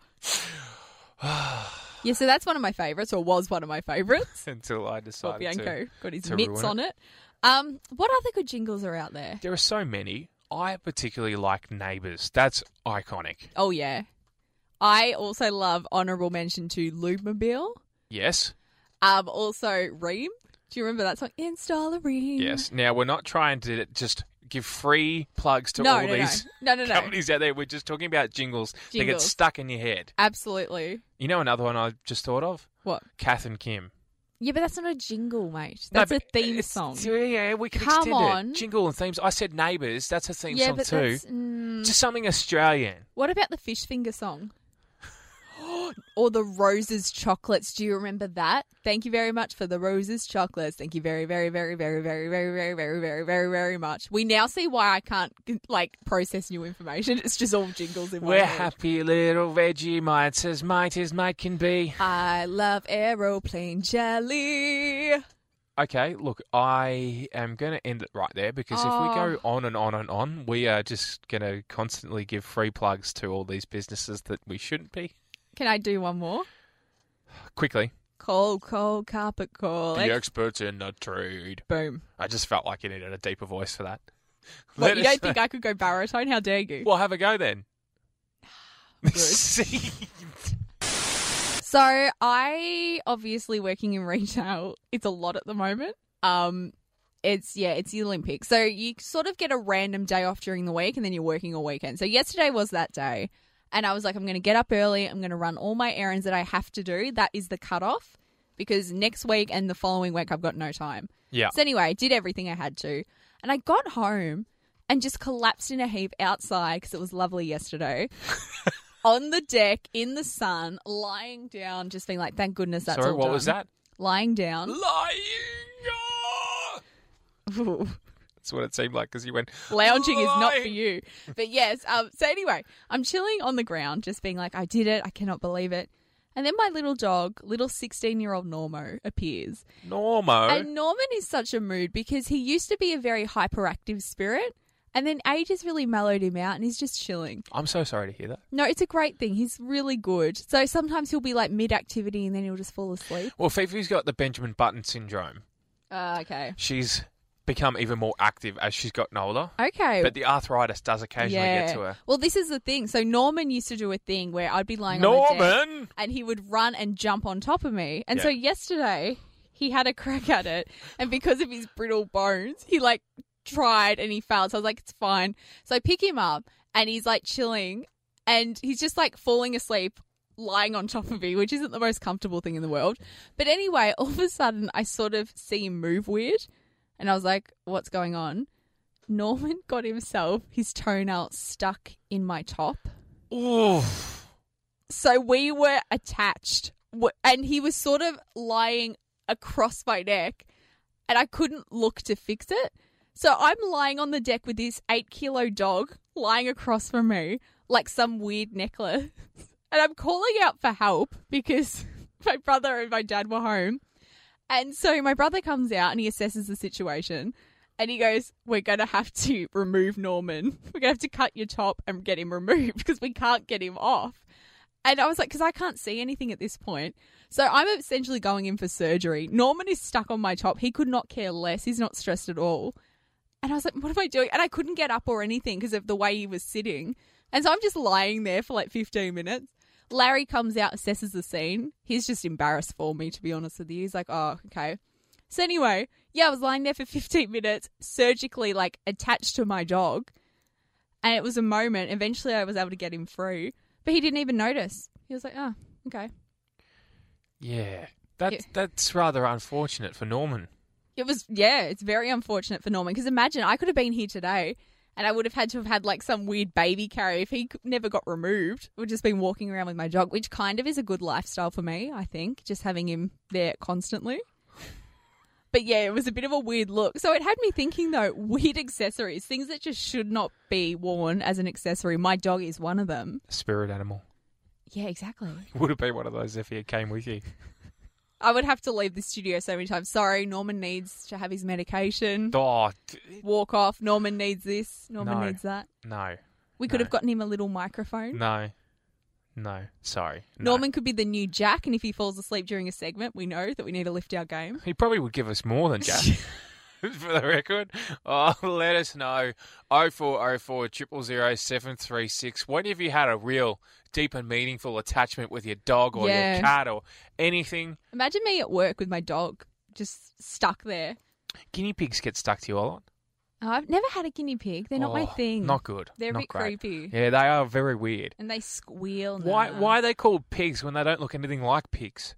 yeah, so that's one of my favorites, or was one of my favorites.
Until I decided
Bianco
to.
got his
to
mitts
ruin it.
on it. Um, what other good jingles are out there?
There are so many. I particularly like Neighbours. That's iconic.
Oh yeah, I also love honourable mention to Lubmobile.
Yes.
Um, also Ream. Do you remember that song? Install a Ream.
Yes. Now we're not trying to just give free plugs to
No,
all
no, no.
these
No, no, no.
companies out there. We're just talking about jingles, that get
Jingles.
stuck in your head.
Absolutely.
You know another one I just thought of?
What?
Kath and Kim.
Yeah, but that's not a jingle, mate.
No,
That's a
but
theme
it's-
song.
Yeah, yeah, we can
Come
extend
on.
it. Jingle and themes. I said neighbours. That's a theme
yeah,
song
but
too.
that's. Mm,
Just something Australian.
what about the fish finger song? *gasps* or the roses chocolates? Do you remember that? Thank you very much for the roses chocolates. Thank you very, very, very, very, very, very, very, very, very, very, very much. We now see why I can't like process new information. *laughs* It's just all jingles in my
We're
head.
happy little Veggie mites as might as might can be.
I love aeroplane jelly.
Okay, look, I am going to end it right there because if we go
Oh.
on and on and on, we are just going to constantly give free plugs to all these businesses that we shouldn't be.
Can I do one more?
Quickly.
Cold, cold carpet call. Ex-
experts in the trade.
Boom.
I just felt like you needed a deeper voice for that.
What,
Let
you
us
don't
know.
think I could go baritone? How dare you?
Well, have a go
*sighs*
then. *laughs* See?
So I obviously working in retail. It's a lot at the moment. Um, it's yeah, it's the Olympics. So you sort of get a random day off during the week, and then you're working all weekend. So yesterday was that day, and I was like, I'm going to get up early. I'm going to run all my errands that I have to do. That is the cutoff because next week and the following week I've got no time.
Yeah.
So anyway, I did everything I had to, and I got home and just collapsed in a heap outside because it was
*laughs*
lovely yesterday. On the deck in the sun, lying down, just being like, "Thank goodness that's
Sorry,
all
what
done."
was that?
Lying down.
Lying.
Ooh.
That's what it seemed like because you went.
*laughs* Lounging is not for
Lying.
you. But yes, um, so anyway, I'm chilling on the ground, just being like, I did it. I cannot believe it. And then my little dog, little 16 year old Normo, appears.
Normo.
And Norman is such a mood because he used to be a very hyperactive spirit. And then age has really mellowed him out and he's just chilling.
I'm so sorry to hear that.
No, it's a great thing. He's really good. So sometimes he'll be like mid activity and then he'll just fall asleep.
Well, Fifi's got the Benjamin Button syndrome.
Uh, okay.
She's become even more active as she's gotten older,
Okay.
but the arthritis does occasionally get to her.
Well, this is the thing. So Norman used to do a thing where I'd be lying on the deck
Norman.
*laughs* and he would run and jump on top of me. And
Yeah.
so yesterday he had a crack at it, and because of his brittle bones, he like tried and he failed. So I was like, it's fine. So I pick him up, and he's like chilling, and he's just like falling asleep. Lying on top of me, which isn't the most comfortable thing in the world. But anyway, *laughs* all of a sudden, I sort of see him move weird, and I was like, what's going on? Norman got himself his toenail stuck in my top.
Ooh.
So we were attached, W- and he was sort of lying across my neck, and I couldn't look to fix it. So I'm lying on the deck with this eight kilo dog lying across from me, like some weird necklace. *laughs* And I'm calling out for help because *laughs* my brother and my dad were home. And so my brother comes out and he assesses the situation. And he goes, We're going to have to remove Norman. *laughs* We're going to have to cut your top and get him removed *laughs* because we can't get him off. And I was like, because I can't see anything at this point. So I'm essentially going in for surgery. Norman is stuck on my top. He could not care less. He's not stressed at all. And I was like, what am I doing? And I couldn't get up or anything because of the way he was sitting. And so I'm just lying there for like 15 minutes. Larry comes out, assesses the scene. He's just embarrassed for me, to be honest with you. He's like, oh, okay. So anyway, yeah, I was lying there for 15 minutes, surgically like attached to my dog. And it was a moment. Eventually, I was able to get him free, but he didn't even notice. He was like, oh, okay.
Yeah. That's that's rather unfortunate for Norman.
It was, yeah, it's very unfortunate for Norman because imagine I could have been here today and I would have had to have had like some weird baby carry if he c- never got removed. I would just been walking around with my dog, which kind of is a good lifestyle for me, I think, just having him there constantly. But yeah, it was a bit of a weird look. So it had me thinking though, weird accessories, things that just should not be worn as an accessory. My dog is one of them.
A spirit animal.
Yeah, exactly.
Would have been one of those if he had came with
*laughs*
you.
I would have to leave the studio so many times. Sorry, Norman needs to have his medication.
Oh, d-
Walk off. Norman needs this. Norman
No.
needs that.
no.
We could
No.
have gotten him a little microphone.
No. No. Sorry. No.
Norman could be the new Jack, and if he falls asleep during a segment, we know that we need to lift our game. *laughs*
He probably would give us more than Jack. *laughs* for the record, oh, let us know. 0404 000 736. What if you had a real deep and meaningful attachment with your dog or
Yeah.
your cat or anything?
Imagine me at work with my dog just stuck there. "Oh,
Guinea pigs get stuck to you a lot.
I've never had a guinea pig. They're not my
Oh,
thing.
Not good.
They're a
Not
bit
great.
creepy.
Yeah, they are very weird.
And they squeal. and
Why,
that.
why are they called pigs when they don't look anything like pigs?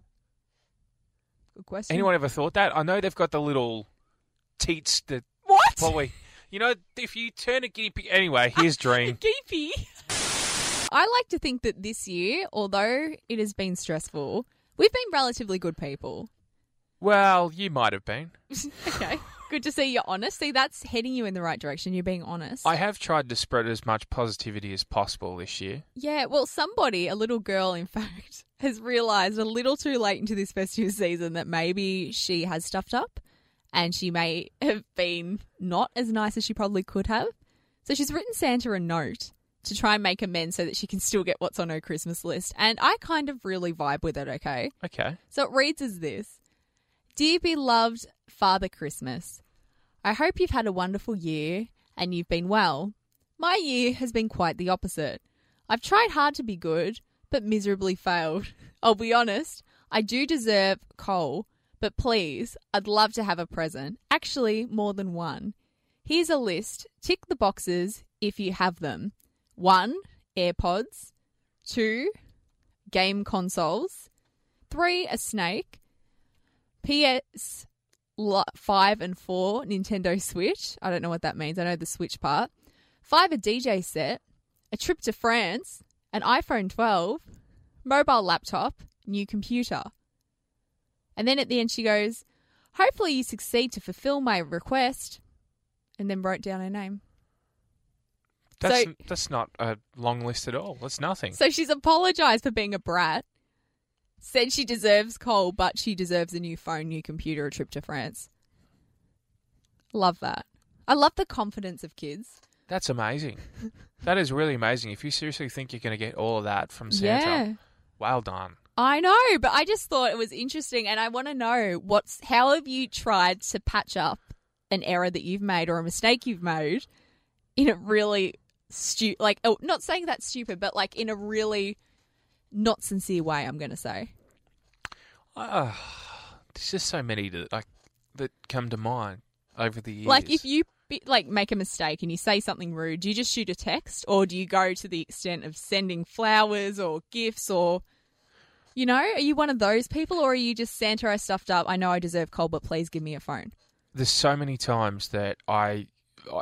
Good question.
Anyone ever thought that? I know they've got the little teats
*laughs*
that
What?
probably, you know, if you turn a guinea pig. Anyway, here's
*laughs*
Dream.
Geepy. I like to think that this year, although it has been stressful, we've been relatively good people.
well, you might have been.
*laughs* okay. Good to see you're honest. See, that's heading you in the right direction. You're being honest.
I have tried to spread as much positivity as possible this year.
yeah, well, somebody, a little girl, in *laughs* fact, has realised a little too late into this festive season that maybe she has stuffed up and she may have been not as nice as she probably could have. So she's written Santa a note to try and make amends so that she can still get what's on her Christmas list. And I kind of really vibe with it, okay?
Okay.
So it reads as this Dear beloved Father Christmas, I hope you've had a wonderful year and you've been well. My year has been quite the opposite. I've tried hard to be good, but miserably failed. *laughs* I'll be honest, I do deserve coal, but please, I'd love to have a present. Actually, more than one. Here's a list. Tick the boxes if you have them. 1. AirPods. 2. Game consoles. Three, a snake. PS lo- five and four, Nintendo Switch. I don't know what that means. I know the Switch part. Five, a DJ set. A trip to France. An iPhone 12. Mobile laptop. New computer. And then at the end, she goes, Hopefully you succeed to fulfill my request. And then wrote down her name.
That's,
So-
that's not a long list at all. That's nothing.
So she's apologised for being a brat. Said she deserves coal, but she deserves a new phone, new computer, a trip to France. Love that. I love the confidence of kids.
That's
*laughs*
amazing. that is really amazing. If you seriously think you're going to get all of that from Santa,
Yeah.
well done.
I know, but I just thought it was interesting, and I want to know what's how have you tried to patch up an error that you've made or a mistake you've made in a really stupid, like oh, not saying that's stupid, but like in a really not sincere way. I'm going to say.
Ah, there's just so many that like that come to mind over the years.
Like if you be, like make a mistake and you say something rude, do you just shoot a text or do you go to the extent of sending flowers or gifts or you know, are you one of those people or are you just Santa I stuffed up, I know I deserve coal but please give me a phone.
there's so many times that I,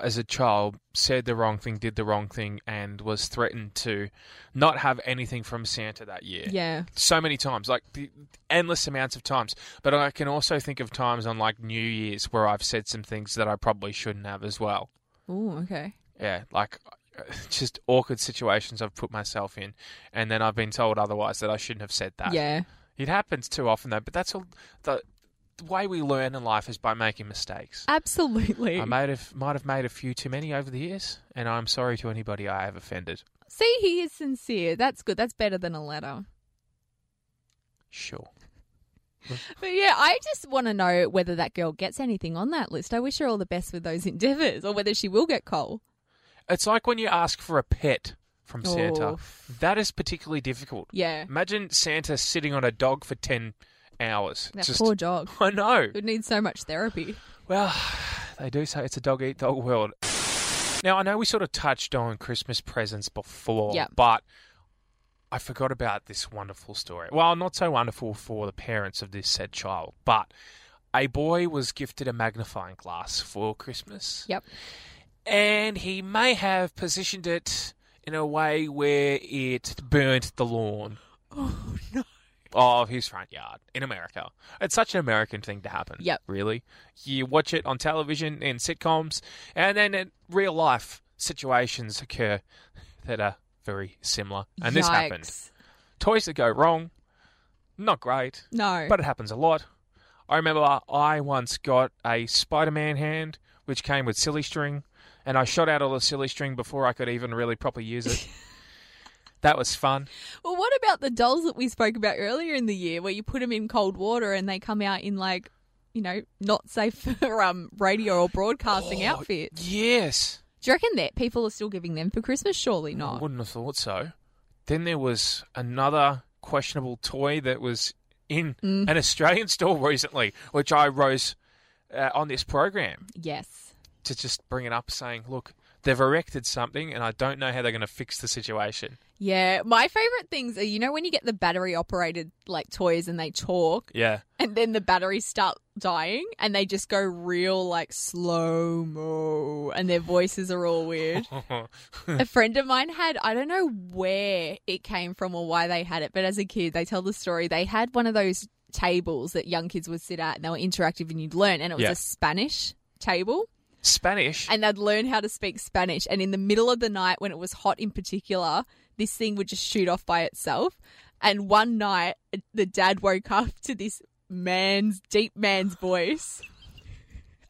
as a child, said the wrong thing, did the wrong thing, and was threatened to not have anything from Santa that year.
Yeah.
So many times, like the endless amounts of times. But I can also think of times on like New Year's where I've said some things that I probably shouldn't have as well.
Ooh, okay.
Yeah, like *laughs* just awkward situations I've put myself in, and then I've been told otherwise that I shouldn't have said that.
Yeah.
It happens too often though, but that's all the, the way we learn in life is by making mistakes.
Absolutely.
I might have might have made a few too many over the years, and I'm sorry to anybody I have offended.
See, he is sincere. That's good. That's better than a letter.
Sure.
But yeah, I just want to know whether that girl gets anything on that list. I wish her all the best with those *laughs* endeavors or whether she will get coal.
It's like when you ask for a pet from Santa. That is particularly difficult.
Yeah.
Imagine Santa sitting on a dog for ten hours.
That
Just-
poor dog.
*laughs* I know.
It needs so much therapy.
Well, they do say it's a dog eat dog world. Now, I know we sort of touched on Christmas presents before,
Yep.
but I forgot about this wonderful story. Well, not so wonderful for the parents of this said child, but a boy was gifted a magnifying glass for Christmas.
Yep.
And he may have positioned it in a way where it burnt the lawn. Oh, no. Of his front yard in America. It's such an American thing to happen.
Yep.
Really. You watch it on television in sitcoms, and then in real life situations occur that are very similar. And this happened.
Yikes.
Toys that go wrong, not great.
No.
But it happens a lot. I remember I once got a Spider Man hand, which came with silly string, and I shot out all the silly string before I could even really properly use it. that was fun.
well, what about the dolls that we spoke about earlier in the year where you put them in cold water and they come out in like you know, not safe *laughs* for um, radio or broadcasting
Oh,
outfits.
Yes.
Do you reckon that people are still giving them for Christmas? Surely
I
not.
wouldn't have thought so. Then there was another questionable toy that was in an Australian *laughs* store recently, which I rose uh, on this program
Yes.
to just bring it up, saying, "Look, they've erected something, and I don't know how they're going to fix the situation."
Yeah, my favorite things are you know when you get the battery operated like toys and they talk
Yeah,
and then the batteries start dying and they just go real like slow mo and their voices are all weird. a friend of mine had I don't know where it came from or why they had it, but as a kid they tell the story they had one of those tables that young kids would sit at and they were interactive and you'd learn and it was
Yeah.
a Spanish table
Spanish.
and they'd learn how to speak Spanish. And in the middle of the night, when it was hot in particular, this thing would just shoot off by itself. And one night, the dad woke up to this man's deep man's voice.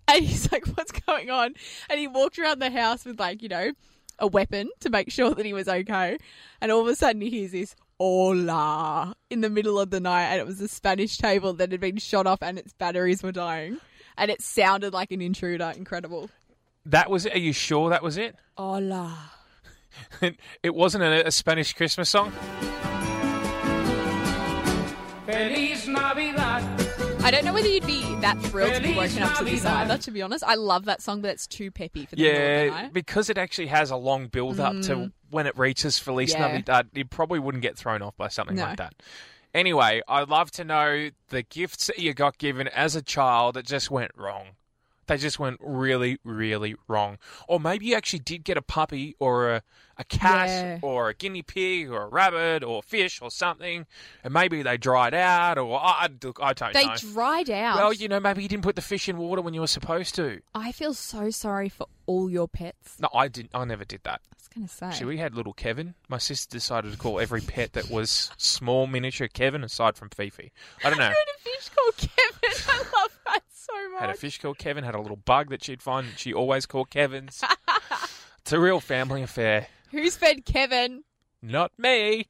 And he's like, What's going on? And he walked around the house with, like, you know, a weapon to make sure that he was okay. And all of a sudden, he hears this hola in the middle of the night. And it was a Spanish table that had been shot off and its batteries were dying. And it sounded like an intruder. Incredible.
that was it. Are you sure that was it? *laughs*
Hola.
it wasn't a, a Spanish Christmas song.
Feliz Navidad.
I don't know whether you'd be that thrilled to be woken up to this either, to be honest. I love that song, but it's too peppy for the middle of the
Yeah,
night.
because it actually has a long build up to when it reaches Feliz
Mm. Yeah.
Navidad. You probably wouldn't get thrown off by something
No.
like that. Anyway, I'd love to know the gifts that you got given as a child that just went wrong. They just went really, really wrong. Or maybe you actually did get a puppy or a, a cat
Yeah.
or a guinea pig or a rabbit or fish or something. And maybe they dried out or I, I, look, I don't
They
know.
dried out.
well, you know, maybe you didn't put the fish in water when you were supposed to.
I feel so sorry for all your pets.
No, I didn't. I never did that.
I was going to say. *laughs*
Actually, we had little Kevin. My sister decided to call every pet that was small, miniature Kevin, aside from Fifi. I don't
*laughs*
know.
I had a fish called Kevin. I love that so much.
Had a fish called Kevin. Had a little bug that she'd find. That she always called Kevin's. it's a real family affair.
Who's fed Kevin?
Not me.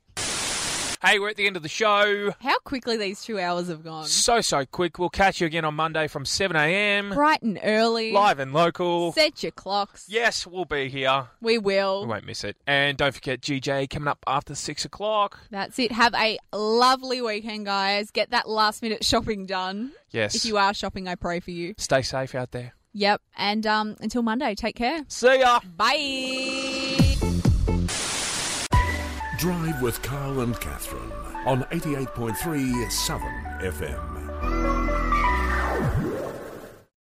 Hey, we're at the end of the show.
How quickly these two hours have gone.
So so quick. We'll catch you again on Monday from seven a.m.
Bright and early.
Live and local.
Set your clocks.
Yes, we'll be here.
We will.
We won't miss it. And don't forget GJ coming up after six o'clock.
That's it. Have a lovely weekend, guys. Get that last minute shopping done.
Yes.
If you are shopping, I pray for you.
Stay safe out there.
Yep. And um, until Monday, take care.
See ya.
Bye.
Drive with Carl and Catherine on 88.3 Southern FM.